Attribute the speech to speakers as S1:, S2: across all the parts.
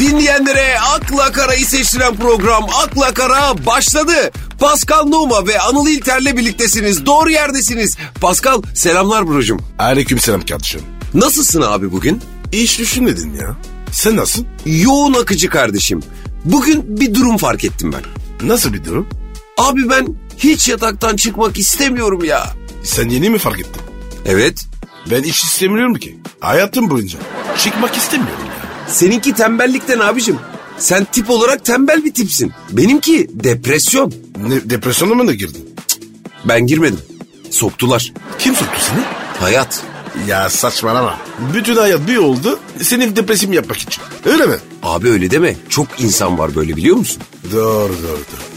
S1: dinleyenlere Akla Kara'yı seçtiren program Akla Kara başladı. Pascal Numa ve Anıl İlter'le birliktesiniz. Doğru yerdesiniz. Pascal selamlar brocum.
S2: Aleykümselam kardeşim.
S1: Nasılsın abi bugün?
S2: Hiç düşünmedin ya. Sen nasıl?
S1: Yoğun akıcı kardeşim. Bugün bir durum fark ettim ben.
S2: Nasıl bir durum?
S1: Abi ben hiç yataktan çıkmak istemiyorum ya.
S2: Sen yeni mi fark ettin?
S1: Evet.
S2: Ben hiç istemiyorum ki. Hayatım boyunca. Çıkmak istemiyorum ya.
S1: Seninki tembellikten abicim. Sen tip olarak tembel bir tipsin. Benimki depresyon.
S2: Ne, depresyona mı da girdin?
S1: Ben girmedim. Soktular.
S2: Kim soktu seni?
S1: Hayat.
S2: Ya saçmalama. Bütün hayat bir oldu. Senin depresim yapmak için. Öyle mi?
S1: Abi öyle deme. Çok insan var böyle biliyor musun?
S2: Doğru doğru doğru.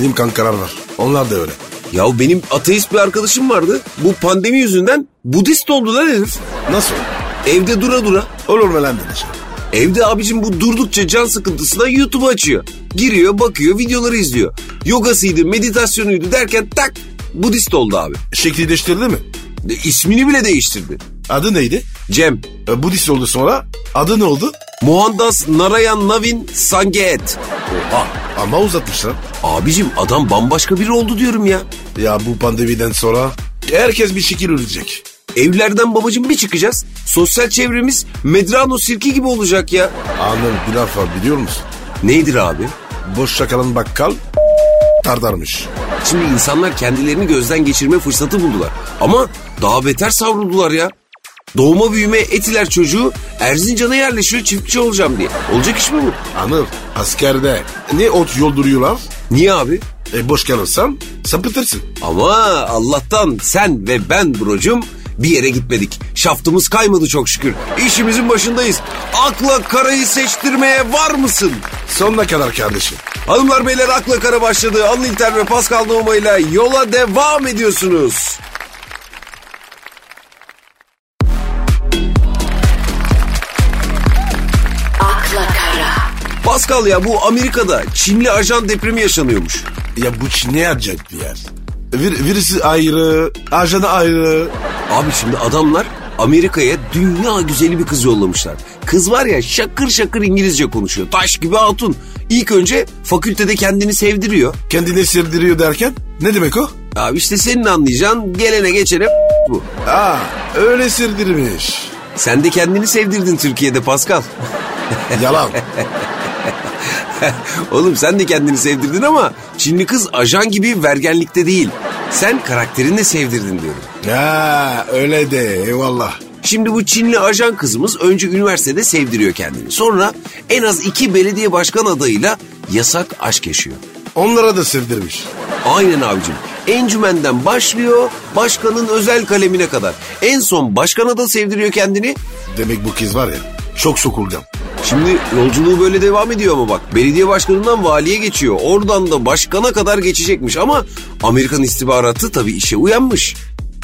S2: Benim kankalar var. Onlar da öyle.
S1: Ya benim ateist bir arkadaşım vardı. Bu pandemi yüzünden Budist oldu lan herif.
S2: Nasıl?
S1: Evde dura dura.
S2: Olur mu lan dedi.
S1: Evde abicim bu durdukça can sıkıntısına YouTube açıyor. Giriyor, bakıyor, videoları izliyor. Yogasıydı, meditasyonuydu derken tak Budist oldu abi.
S2: Şekli değiştirdi mi?
S1: E, İsmini bile değiştirdi.
S2: Adı neydi?
S1: Cem,
S2: E, Budist oldu sonra. Adı ne oldu?
S1: Mohandas Narayan Navin Sangeet. Oha.
S2: Ama uzatmışlar.
S1: Abicim adam bambaşka biri oldu diyorum ya.
S2: Ya bu pandemiden sonra herkes bir şekil ölecek.
S1: Evlerden babacım bir çıkacağız. Sosyal çevremiz Medrano sirki gibi olacak ya.
S2: Anın bir laf var biliyor musun?
S1: Neydir abi?
S2: Boş şakalan bakkal tardarmış.
S1: Şimdi insanlar kendilerini gözden geçirme fırsatı buldular. Ama daha beter savruldular ya. Doğuma büyüme etiler çocuğu Erzincan'a yerleşiyor çiftçi olacağım diye. Olacak iş mi bu?
S2: Anıl askerde ne ot yolduruyorlar?
S1: Niye abi?
S2: E boş kalırsan sapıtırsın.
S1: Ama Allah'tan sen ve ben brocum bir yere gitmedik. Şaftımız kaymadı çok şükür. İşimizin başındayız. Akla karayı seçtirmeye var mısın?
S2: Sonuna kadar kardeşim.
S1: Hanımlar beyler akla kara başladı. Anıl İlter ve Pascal Numa ile yola devam ediyorsunuz.
S3: akla kara,
S1: Pascal ya bu Amerika'da Çinli ajan depremi yaşanıyormuş.
S2: Ya bu Çin ne acayip bir yer. Vir, virüsü ayrı, ajanı ayrı.
S1: Abi şimdi adamlar Amerika'ya dünya güzeli bir kız yollamışlar. Kız var ya şakır şakır İngilizce konuşuyor. Taş gibi hatun. İlk önce fakültede kendini sevdiriyor.
S2: Kendine sevdiriyor derken ne demek o?
S1: Abi işte senin anlayacağın gelene geçene bu.
S2: Aa öyle sevdirmiş.
S1: Sen de kendini sevdirdin Türkiye'de Pascal.
S2: Yalan.
S1: Oğlum sen de kendini sevdirdin ama Çinli kız ajan gibi vergenlikte değil. Sen karakterini sevdirdin diyorum.
S2: ha öyle de eyvallah.
S1: Şimdi bu Çinli ajan kızımız önce üniversitede sevdiriyor kendini. Sonra en az iki belediye başkan adayıyla yasak aşk yaşıyor.
S2: Onlara da sevdirmiş.
S1: Aynen abicim. Encümenden başlıyor başkanın özel kalemine kadar. En son başkana da sevdiriyor kendini.
S2: Demek bu kız var ya çok sokulgan.
S1: Şimdi yolculuğu böyle devam ediyor ama bak belediye başkanından valiye geçiyor. Oradan da başkana kadar geçecekmiş ama Amerikan istihbaratı tabii işe uyanmış.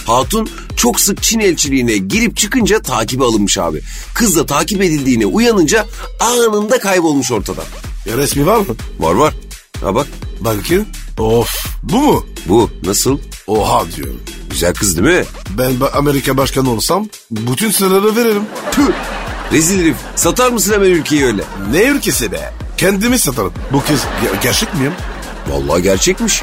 S1: Hatun çok sık Çin elçiliğine girip çıkınca takibe alınmış abi. Kız da takip edildiğine uyanınca anında kaybolmuş ortadan.
S2: Ya resmi var mı?
S1: Var var. Ha bak
S2: Bakın. Of bu mu?
S1: bu nasıl?
S2: Oha diyorum.
S1: Güzel kız değil mi?
S2: Ben ba- Amerika başkanı olsam bütün sırları veririm. Tüh.
S1: Rezil herif. Satar mısın hemen ülkeyi öyle?
S2: Ne ülkesi be? Kendimi satarım. Bu kız ge- gerçek miyim?
S1: Vallahi gerçekmiş.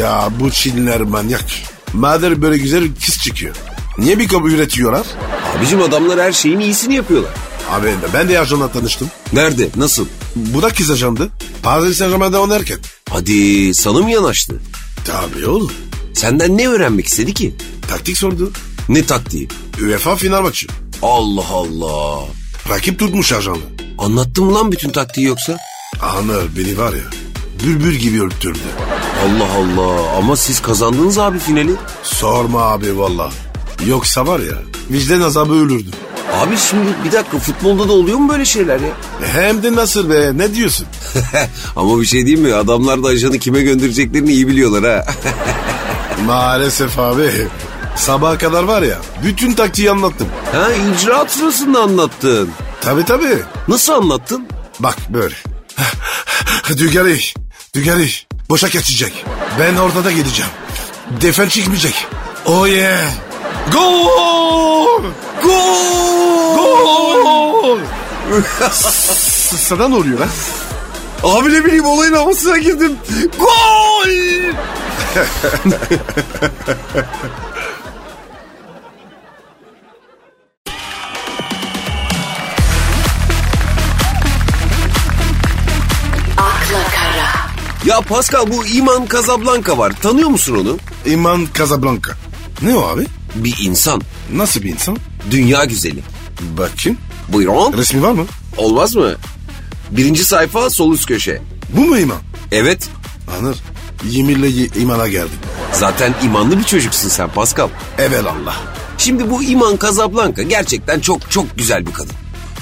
S2: Ya bu Çinliler manyak. Madem böyle güzel bir kız çıkıyor. Niye bir kabı üretiyorlar?
S1: Abicim adamlar her şeyin iyisini yapıyorlar.
S2: Abi ben de ajanla tanıştım.
S1: Nerede? Nasıl?
S2: Bu da kız ajandı. Paris Saint Germain'de oynarken.
S1: Hadi sana mı yanaştı?
S2: Tabii oğlum.
S1: Senden ne öğrenmek istedi ki?
S2: Taktik sordu.
S1: Ne taktiği?
S2: UEFA final maçı.
S1: Allah Allah.
S2: Rakip tutmuş ajanı.
S1: Anlattım lan bütün taktiği yoksa?
S2: Anır beni var ya. Bülbül gibi öptürdü.
S1: Allah Allah ama siz kazandınız abi finali.
S2: Sorma abi valla. Yoksa var ya vicdan azabı ölürdüm.
S1: Abi şimdi bir dakika futbolda da oluyor mu böyle şeyler ya?
S2: E Hem de nasıl be ne diyorsun?
S1: ama bir şey diyeyim mi? Adamlar da ajanı kime göndereceklerini iyi biliyorlar ha.
S2: Maalesef abi. Sabaha kadar var ya bütün taktiği anlattım.
S1: ha icraat sırasında anlattın.
S2: Tabi tabi.
S1: Nasıl anlattın?
S2: Bak böyle. Dügari, Dügari boşa geçecek. Ben ortada gideceğim. Defen çıkmayacak. Oh yeah. Gol!
S1: Gol!
S2: Gol! S- Sana ne oluyor lan?
S1: Abi ne bileyim olayın havasına girdim. Gol!
S3: akla kara,
S1: Ya Pascal bu İman Casablanca var. Tanıyor musun onu?
S2: İman Casablanca. Ne o abi?
S1: Bir insan.
S2: Nasıl bir insan?
S1: Dünya güzeli.
S2: Bakayım.
S1: Buyurun.
S2: Resmi var mı?
S1: Olmaz mı? Birinci sayfa sol üst köşe.
S2: Bu mu iman?
S1: Evet.
S2: Anır. Yeminle ye- imana geldim.
S1: Zaten imanlı bir çocuksun sen Pascal.
S2: Evelallah.
S1: Şimdi bu İman Casablanca gerçekten çok çok güzel bir kadın.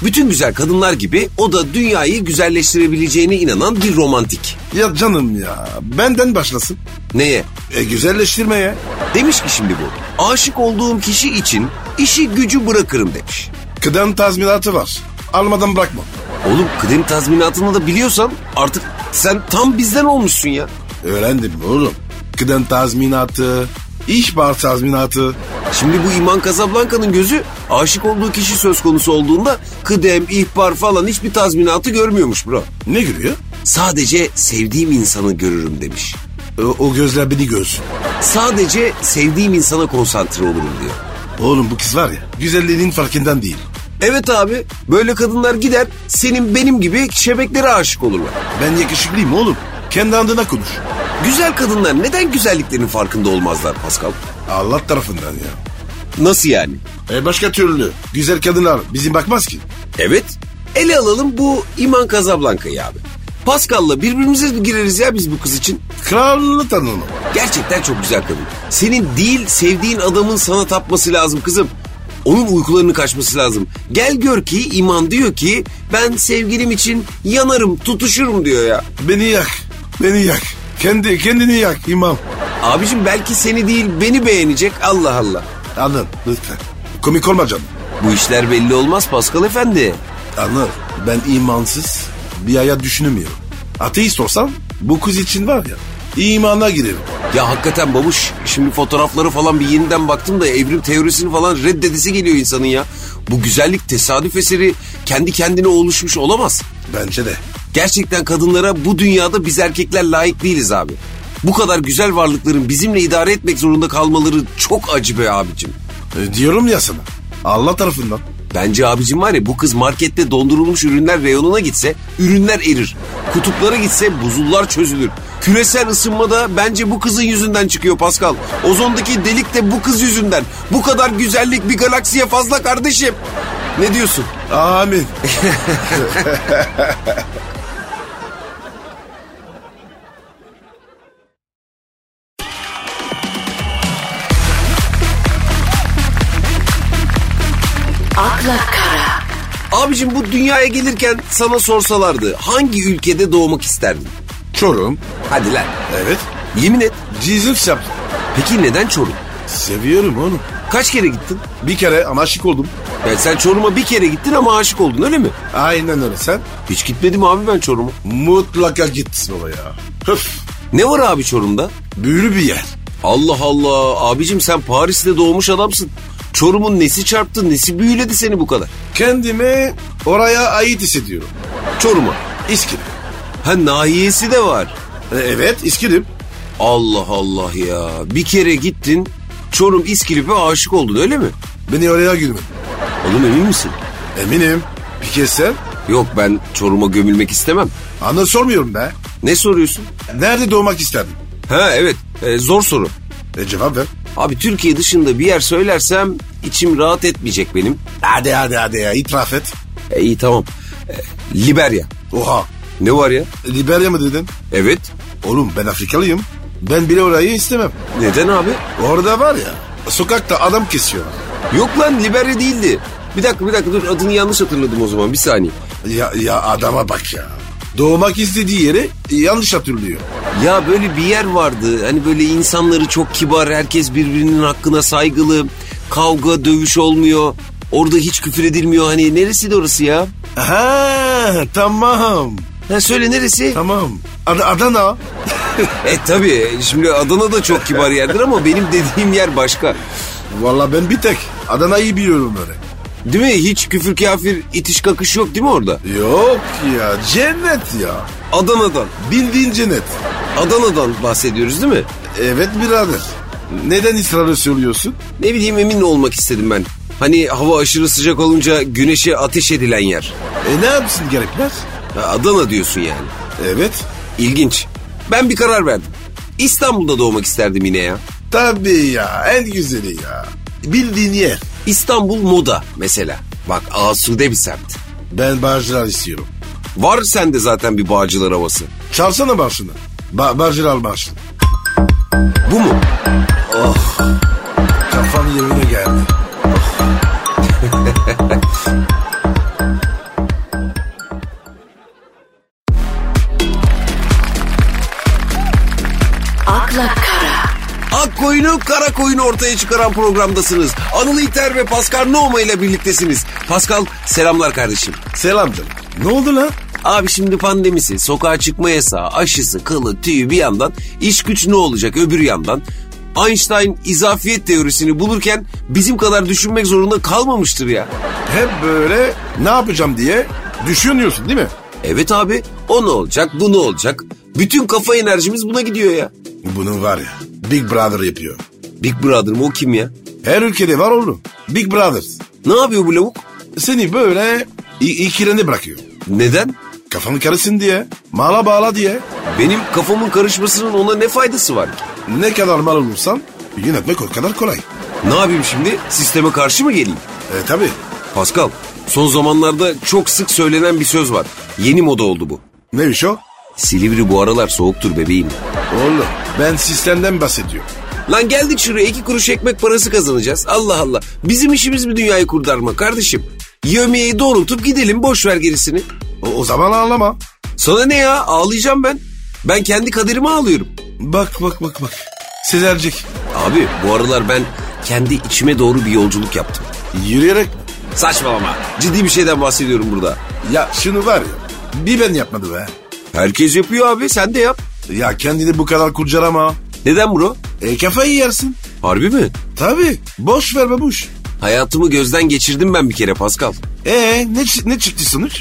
S1: Bütün güzel kadınlar gibi o da dünyayı güzelleştirebileceğine inanan bir romantik.
S2: Ya canım ya. Benden başlasın.
S1: Neye?
S2: E güzelleştirmeye.
S1: Demiş ki şimdi bu. Aşık olduğum kişi için işi gücü bırakırım demiş.
S2: Kıdem tazminatı var. Almadan bırakma.
S1: Oğlum kıdem tazminatını da biliyorsan artık sen tam bizden olmuşsun ya.
S2: Öğrendim oğlum. Kıdem tazminatı, ihbar tazminatı.
S1: Şimdi bu İman Casablanca'nın gözü aşık olduğu kişi söz konusu olduğunda kıdem, ihbar falan hiçbir tazminatı görmüyormuş bro.
S2: Ne gülüyor?
S1: Sadece sevdiğim insanı görürüm demiş.
S2: E, o gözler beni göz.
S1: Sadece sevdiğim insana konsantre olurum diyor.
S2: Oğlum bu kız var ya güzelliğinin farkından değil.
S1: Evet abi böyle kadınlar gider senin benim gibi şebeklere aşık olurlar.
S2: Ben yakışıklıyım oğlum. Kendi adına konuş.
S1: Güzel kadınlar neden güzelliklerinin farkında olmazlar Pascal?
S2: Allah tarafından ya.
S1: Nasıl yani?
S2: E başka türlü. Güzel kadınlar bizim bakmaz ki.
S1: Evet ele alalım bu İman Casablanca'yı abi. Pascal'la birbirimize gireriz ya biz bu kız için.
S2: Kralını tanımam.
S1: Gerçekten çok güzel kadın. Senin değil sevdiğin adamın sana tapması lazım kızım. Onun uykularını kaçması lazım. Gel gör ki iman diyor ki ben sevgilim için yanarım tutuşurum diyor ya.
S2: Beni yak. Beni yak. Kendi kendini yak imam.
S1: Abicim belki seni değil beni beğenecek Allah Allah.
S2: Anıl lütfen. Komik olma canım.
S1: Bu işler belli olmaz Pascal efendi.
S2: Anıl ben imansız bir hayat düşünemiyorum. Ateist olsam bu kız için var ya imana girerim.
S1: Ya hakikaten babuş şimdi fotoğrafları falan bir yeniden baktım da evrim teorisini falan reddedesi geliyor insanın ya. Bu güzellik tesadüf eseri kendi kendine oluşmuş olamaz.
S2: Bence de.
S1: Gerçekten kadınlara bu dünyada biz erkekler layık değiliz abi. Bu kadar güzel varlıkların bizimle idare etmek zorunda kalmaları çok acı be abicim.
S2: E, diyorum ya sana. Allah tarafından.
S1: Bence abicim var ya bu kız markette dondurulmuş ürünler reyonuna gitse ürünler erir. Kutuplara gitse buzullar çözülür. Küresel ısınma da bence bu kızın yüzünden çıkıyor Pascal. Ozondaki delik de bu kız yüzünden. Bu kadar güzellik bir galaksiye fazla kardeşim. Ne diyorsun?
S2: Amin.
S3: akla kara,
S1: Abicim bu dünyaya gelirken sana sorsalardı hangi ülkede doğmak isterdin?
S2: Çorum.
S1: Hadi lan.
S2: Evet.
S1: Yemin et.
S2: Jesus yaptım.
S1: Peki neden Çorum?
S2: Seviyorum oğlum.
S1: Kaç kere gittin?
S2: Bir kere ama aşık oldum.
S1: Ya sen Çorum'a bir kere gittin ama aşık oldun öyle mi?
S2: Aynen öyle sen.
S1: Hiç gitmedim abi ben Çorum'a.
S2: Mutlaka git baba ya. Höf.
S1: Ne var abi Çorum'da?
S2: Büyülü bir yer.
S1: Allah Allah abicim sen Paris'te doğmuş adamsın. Çorum'un nesi çarptı nesi büyüledi seni bu kadar?
S2: Kendimi oraya ait hissediyorum.
S1: Çorum'a.
S2: İskilip.
S1: Ha nahiyesi de var.
S2: E, evet İskilip.
S1: Allah Allah ya. Bir kere gittin Çorum İskilip'e aşık oldun öyle mi?
S2: Beni oraya gülme.
S1: Oğlum emin misin?
S2: Eminim. Bir kez sen.
S1: Yok ben Çorum'a gömülmek istemem.
S2: Anı sormuyorum be.
S1: Ne soruyorsun?
S2: Nerede doğmak isterdin?
S1: Ha evet e, zor soru.
S2: E cevap ver.
S1: Abi Türkiye dışında bir yer söylersem içim rahat etmeyecek benim.
S2: Hadi hadi hadi ya itiraf et.
S1: E, iyi tamam. E, Liberya.
S2: Oha.
S1: Ne var ya?
S2: Liberya mı dedin?
S1: Evet.
S2: Oğlum ben Afrikalıyım. Ben bile orayı istemem.
S1: Neden abi?
S2: Orada var ya sokakta adam kesiyor.
S1: Yok lan Liberya değildi. Bir dakika bir dakika dur adını yanlış hatırladım o zaman bir saniye.
S2: Ya, ya adama bak ya. Doğmak istediği yeri yanlış hatırlıyor.
S1: Ya böyle bir yer vardı hani böyle insanları çok kibar herkes birbirinin hakkına saygılı. Kavga dövüş olmuyor. Orada hiç küfür edilmiyor hani neresiydi orası ya?
S2: Ha tamam.
S1: Ha söyle neresi?
S2: Tamam. Ad- Adana.
S1: E tabii şimdi Adana da çok kibar yerdir ama benim dediğim yer başka.
S2: Vallahi ben bir tek Adana'yı biliyorum öyle.
S1: Değil mi? Hiç küfür kafir itiş kakış yok değil mi orada?
S2: Yok ya cennet ya.
S1: Adana'dan.
S2: Bildiğin cennet.
S1: Adana'dan bahsediyoruz değil mi?
S2: Evet birader. Neden ısrarla söylüyorsun?
S1: Ne bileyim emin olmak istedim ben. Hani hava aşırı sıcak olunca güneşe ateş edilen yer.
S2: E ne yapsın garipler?
S1: Ha, Adana diyorsun yani.
S2: Evet.
S1: İlginç. Ben bir karar verdim. İstanbul'da doğmak isterdim yine ya.
S2: Tabii ya en güzeli ya. Bildiğin yer.
S1: İstanbul moda mesela. Bak asude bir semt.
S2: Ben bağcılar istiyorum.
S1: Var sende zaten bir bağcılar havası.
S2: Çalsana marşını. Ba bağcılar marşını.
S1: Bu mu?
S2: Oh, Kafam yerine geldi.
S3: akla kara,
S1: Ak koyunu kara koyunu ortaya çıkaran programdasınız. Anıl İlter ve Pascal Nohma ile birliktesiniz. Pascal selamlar kardeşim.
S2: Selam canım. Ne oldu lan?
S1: Abi şimdi pandemisi, sokağa çıkma yasağı, aşısı, kılı, tüyü bir yandan, iş güç ne olacak öbür yandan. Einstein izafiyet teorisini bulurken bizim kadar düşünmek zorunda kalmamıştır ya.
S2: Hep böyle ne yapacağım diye düşünüyorsun değil mi?
S1: Evet abi o ne olacak bu ne olacak? Bütün kafa enerjimiz buna gidiyor ya.
S2: Bunu var ya Big Brother yapıyor.
S1: Big Brother mı o kim ya?
S2: Her ülkede var oğlum. Big Brother.
S1: Ne yapıyor bu lavuk?
S2: Seni böyle i- ikilende bırakıyor.
S1: Neden?
S2: Kafanı karışsın diye. Mala bağla diye.
S1: Benim kafamın karışmasının ona ne faydası var ki?
S2: Ne kadar mal olursan yönetmek o kadar kolay.
S1: Ne yapayım şimdi? Sisteme karşı mı geleyim?
S2: E tabi.
S1: Pascal, son zamanlarda çok sık söylenen bir söz var. Yeni moda oldu bu.
S2: Ne iş o?
S1: Silivri bu aralar soğuktur bebeğim.
S2: Oğlum ben sistemden bahsediyorum.
S1: Lan geldik şuraya iki kuruş ekmek parası kazanacağız. Allah Allah. Bizim işimiz mi dünyayı kurtarma kardeşim? Yevmiyeyi doğrultup gidelim boş ver gerisini.
S2: O, o zaman anlama.
S1: Sana ne ya ağlayacağım ben. Ben kendi kaderime ağlıyorum.
S2: Bak bak bak bak. Sezercik.
S1: Abi bu aralar ben kendi içime doğru bir yolculuk yaptım.
S2: Yürüyerek.
S1: Saçmalama. Ciddi bir şeyden bahsediyorum burada.
S2: Ya şunu var ya. Bir ben yapmadı be.
S1: Herkes yapıyor abi sen de yap.
S2: Ya kendini bu kadar kurcalama.
S1: Neden bro?
S2: E kafayı yersin.
S1: Harbi mi?
S2: Tabi. Boş ver babuş.
S1: Hayatımı gözden geçirdim ben bir kere Pascal.
S2: E ne, çı- ne çıktı sonuç?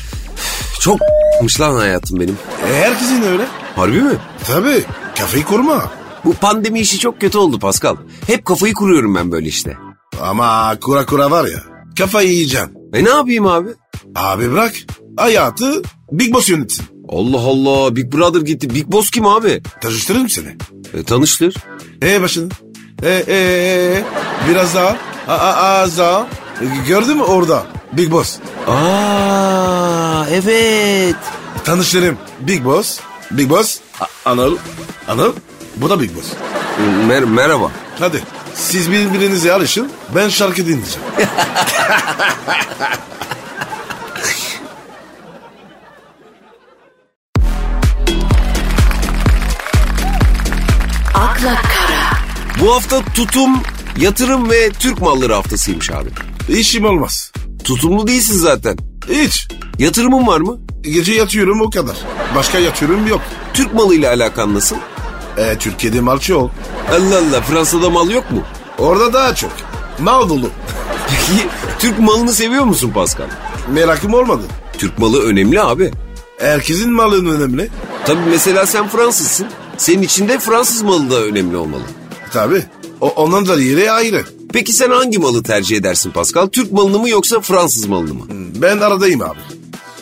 S1: Çok ***'mış lan hayatım benim.
S2: E, herkesin öyle.
S1: Harbi mi?
S2: Tabi. Kafayı kurma.
S1: Bu pandemi işi çok kötü oldu Pascal. Hep kafayı kuruyorum ben böyle işte.
S2: Ama kura kura var ya. Kafayı yiyeceksin.
S1: E ne yapayım abi?
S2: Abi bırak. Hayatı Big Boss yönetsin.
S1: Allah Allah Big Brother gitti. Big Boss kim abi?
S2: Tanıştırırım seni.
S1: E, tanıştır.
S2: E başını. E e e, e. Biraz daha. A, a, az daha. E, Gördün mü orada? Big Boss.
S1: Aa evet.
S2: Tanıştırayım. Big Boss. Big Boss. A- Anıl. Anıl. Bu da Big Boss.
S1: Mer- merhaba.
S2: Hadi. Siz birbirinize alışın. Ben şarkı dinleyeceğim.
S3: akla kara,
S1: Bu hafta tutum, yatırım ve Türk malları haftasıymış abi.
S2: İşim olmaz.
S1: Tutumlu değilsin zaten.
S2: Hiç.
S1: Yatırımın var mı?
S2: Gece yatıyorum o kadar. Başka yatıyorum yok.
S1: Türk malıyla alakan nasıl?
S2: E, Türkiye'de mal çok.
S1: Allah Allah Fransa'da mal yok mu?
S2: Orada daha çok. Mal dolu.
S1: Peki Türk malını seviyor musun Pascal?
S2: Merakım olmadı.
S1: Türk malı önemli abi.
S2: Herkesin malının önemli.
S1: Tabii mesela sen Fransızsın. Senin için de Fransız malı da önemli olmalı.
S2: Tabii. O, onun da yeri ayrı.
S1: Peki sen hangi malı tercih edersin Pascal? Türk malını mı yoksa Fransız malını mı?
S2: Ben aradayım abi.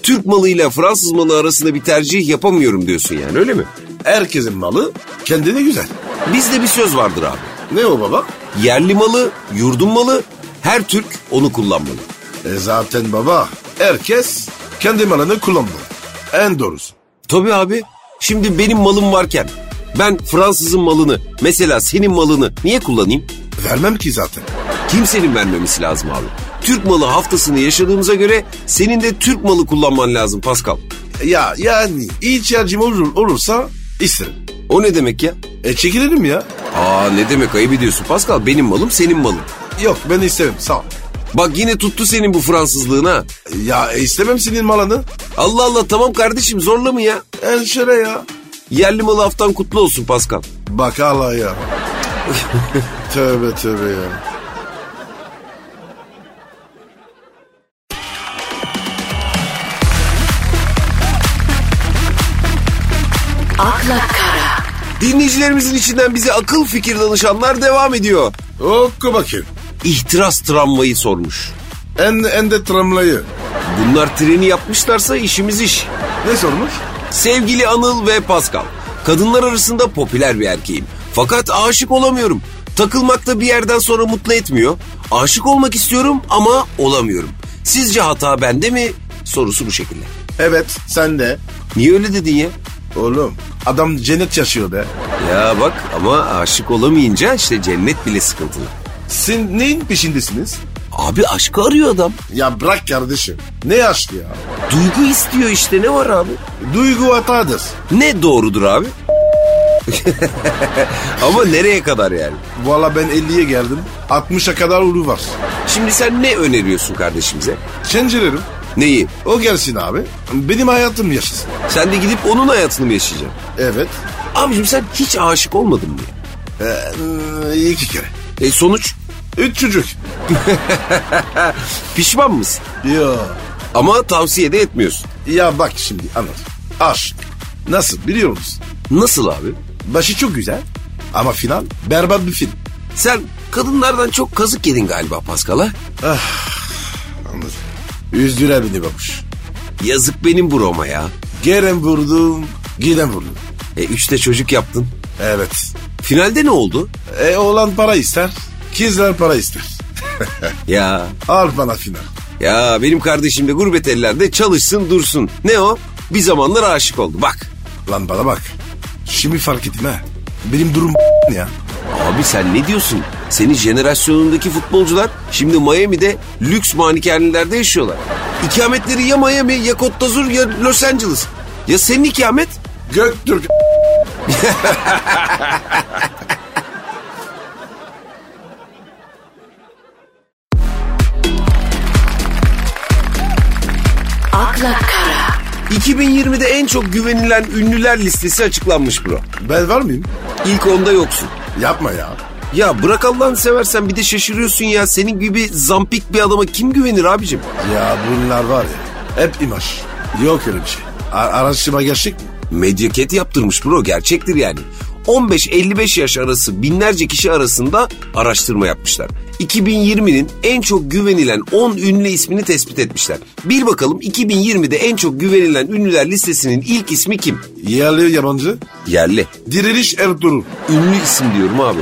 S1: Türk malıyla Fransız malı arasında bir tercih yapamıyorum diyorsun yani öyle mi?
S2: Herkesin malı kendine güzel.
S1: Bizde bir söz vardır abi.
S2: Ne o baba?
S1: Yerli malı, yurdun malı her Türk onu kullanmalı.
S2: E zaten baba herkes kendi malını kullanmalı. En doğrusu.
S1: Tabii abi. Şimdi benim malım varken ben Fransızın malını mesela senin malını niye kullanayım?
S2: Vermem ki zaten.
S1: Kimsenin vermemesi lazım abi. Türk malı haftasını yaşadığımıza göre senin de Türk malı kullanman lazım Pascal.
S2: Ya yani ihtiyacım olur, olursa isterim.
S1: O ne demek ya?
S2: E çekilirim ya.
S1: Aa ne demek ayıp ediyorsun Pascal benim malım senin malın.
S2: Yok ben istemem sağ ol.
S1: Bak yine tuttu senin bu Fransızlığın ha.
S2: Ya e, istemem senin malını.
S1: Allah Allah tamam kardeşim zorlama ya.
S2: En şöyle ya.
S1: Yerli malı haftan kutlu olsun Pascal.
S2: Bak Allah ya. tövbe tövbe ya.
S3: akla kara,
S1: Dinleyicilerimizin içinden bize akıl fikir danışanlar devam ediyor.
S2: Oku bakayım.
S1: İhtiras tramvayı sormuş.
S2: En, en de tramlayı.
S1: Bunlar treni yapmışlarsa işimiz iş.
S2: Ne sormuş?
S1: Sevgili Anıl ve Pascal. Kadınlar arasında popüler bir erkeğim. Fakat aşık olamıyorum. Takılmak da bir yerden sonra mutlu etmiyor. Aşık olmak istiyorum ama olamıyorum. Sizce hata bende mi? Sorusu bu şekilde.
S2: Evet sen de.
S1: Niye öyle dedin ya?
S2: Oğlum adam cennet yaşıyor be.
S1: Ya bak ama aşık olamayınca işte cennet bile sıkıntılı.
S2: Sen neyin peşindesiniz?
S1: Abi aşkı arıyor adam.
S2: Ya bırak kardeşim. Ne aşkı ya?
S1: Duygu istiyor işte ne var abi?
S2: Duygu hatadır.
S1: Ne doğrudur abi? ama nereye kadar yani?
S2: Valla ben 50'ye geldim. 60'a kadar ulu var.
S1: Şimdi sen ne öneriyorsun kardeşimize?
S2: Çencelerim.
S1: Neyi?
S2: O gelsin abi. Benim hayatım yaşasın.
S1: Sen de gidip onun hayatını mı yaşayacaksın?
S2: Evet.
S1: Abicim sen hiç aşık olmadın mı? ya?
S2: Ee, iki kere.
S1: E sonuç
S2: Üç çocuk.
S1: pişman mısın?
S2: Ya.
S1: Ama tavsiye de etmiyorsun.
S2: Ya bak şimdi anlat. Aşk. Nasıl biliyor musun?
S1: Nasıl abi?
S2: Başı çok güzel. Ama final berbat bir film.
S1: Sen kadınlardan çok kazık yedin galiba Paskal'a.
S2: Anladım. Üzdüre beni babuş.
S1: Yazık benim buroma ya.
S2: Gelen vurdum, giden vurdum.
S1: E üçte çocuk yaptın.
S2: Evet.
S1: Finalde ne oldu?
S2: E oğlan para ister, kızlar para ister.
S1: Ya
S2: Al bana final.
S1: ya benim kardeşim de gurbet ellerde çalışsın dursun. Ne o? Bir zamanlar aşık oldu bak.
S2: Lan bana bak. Şimdi fark ettim ha. Benim durum ya.
S1: Abi sen ne diyorsun? Senin jenerasyonundaki futbolcular şimdi Miami'de lüks manikenlilerde yaşıyorlar. İkametleri ya Miami ya Côte d'Azur ya Los Angeles. Ya senin ikamet?
S2: Göktürk.
S3: akla kara,
S1: 2020'de en çok güvenilen ünlüler listesi açıklanmış bro.
S2: Ben var mıyım?
S1: İlk onda yoksun.
S2: Yapma ya.
S1: Ya bırak Allah'ını seversen bir de şaşırıyorsun ya. Senin gibi zampik bir adama kim güvenir abicim?
S2: Ya bunlar var ya. Hep imaj. Yok öyle bir şey. Ar- araştırma gerçek mi?
S1: Medyaket yaptırmış bro gerçektir yani. 15-55 yaş arası binlerce kişi arasında araştırma yapmışlar. 2020'nin en çok güvenilen 10 ünlü ismini tespit etmişler. Bir bakalım 2020'de en çok güvenilen ünlüler listesinin ilk ismi kim?
S2: Yerli yabancı.
S1: Yerli.
S2: Diriliş Ertuğrul.
S1: Ünlü isim diyorum abi.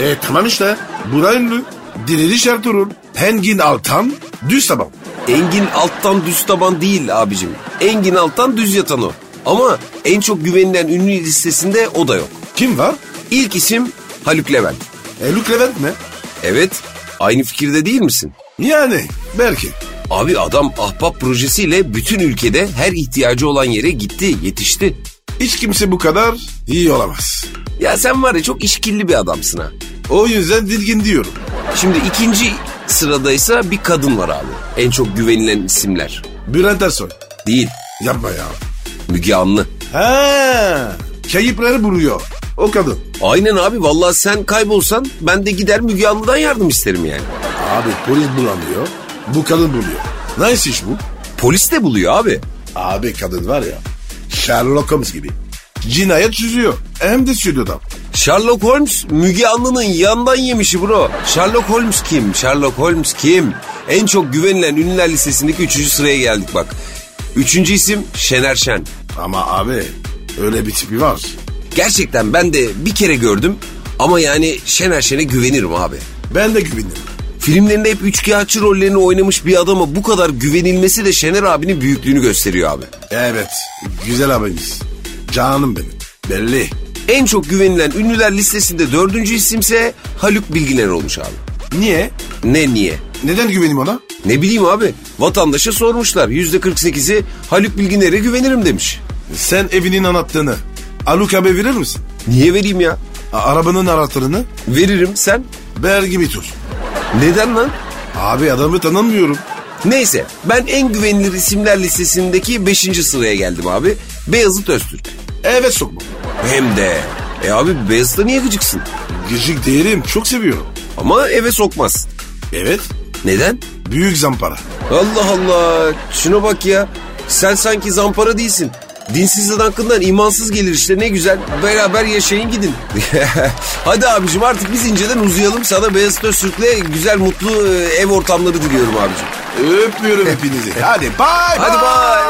S2: E tamam işte. Bu da ünlü. Diriliş Ertuğrul. Hengin Altan. Düz sabah.
S1: Engin Alttan düz taban değil abicim. Engin Alttan düz yatan o. Ama en çok güvenilen ünlü listesinde o da yok.
S2: Kim var?
S1: İlk isim Haluk Levent.
S2: E, Luke Levent mi?
S1: Evet, aynı fikirde değil misin?
S2: Yani belki.
S1: Abi adam ahbap projesiyle bütün ülkede her ihtiyacı olan yere gitti, yetişti.
S2: Hiç kimse bu kadar iyi olamaz.
S1: Ya sen var ya çok işkilli bir adamsın ha.
S2: O yüzden dilgin diyorum.
S1: Şimdi ikinci sıradaysa bir kadın var abi. En çok güvenilen isimler.
S2: Bülent Ersoy.
S1: Değil,
S2: Yapma ya.
S1: Müge Anlı.
S2: Ha, kayıpları buluyor. O kadın.
S1: Aynen abi vallahi sen kaybolsan ben de gider Müge Anlı'dan yardım isterim yani.
S2: Abi polis bulamıyor. Bu kadın buluyor. Nasıl iş bu?
S1: Polis de buluyor abi.
S2: Abi kadın var ya. Sherlock Holmes gibi. Cinayet çözüyor. Hem de stüdyodan.
S1: Sherlock Holmes Müge Anlı'nın yandan yemişi bro. Sherlock Holmes kim? Sherlock Holmes kim? En çok güvenilen ünlüler listesindeki üçüncü sıraya geldik bak. Üçüncü isim Şener Şen.
S2: Ama abi öyle bir tipi var.
S1: Gerçekten ben de bir kere gördüm ama yani Şener Şen'e güvenirim abi.
S2: Ben de güvenirim.
S1: Filmlerinde hep üçkağıtçı rollerini oynamış bir adama bu kadar güvenilmesi de Şener abinin büyüklüğünü gösteriyor abi.
S2: Evet. Güzel abimiz. Canım benim. Belli.
S1: En çok güvenilen ünlüler listesinde dördüncü isimse Haluk Bilginer olmuş abi.
S2: Niye?
S1: Ne niye?
S2: Neden güveneyim ona?
S1: Ne bileyim abi vatandaşa sormuşlar. Yüzde 48'i Haluk Bilginer'e güvenirim demiş.
S2: Sen evinin anahtarını Haluk abi verir misin?
S1: Niye vereyim ya?
S2: A- arabanın anahtarını
S1: Veririm sen.
S2: ber gibi tut.
S1: Neden lan?
S2: Abi adamı tanımıyorum.
S1: Neyse ben en güvenilir isimler listesindeki 5. sıraya geldim abi. Beyazıt Öztürk.
S2: Evet sokma.
S1: Hem de. E abi Beyazıt'a niye gıcıksın?
S2: Gıcık değilim çok seviyorum.
S1: Ama eve sokmaz.
S2: Evet
S1: Neden?
S2: büyük zampara.
S1: Allah Allah şuna bak ya. Sen sanki zampara değilsin. Dinsizin hakkından imansız gelir işte ne güzel. Beraber yaşayın gidin. Hadi abicim artık biz inceden uzayalım. Sana Beyazıt Öztürk'le güzel mutlu e, ev ortamları diliyorum abicim.
S2: Öpüyorum hepinizi. Hadi bay bay.
S1: Hadi bay.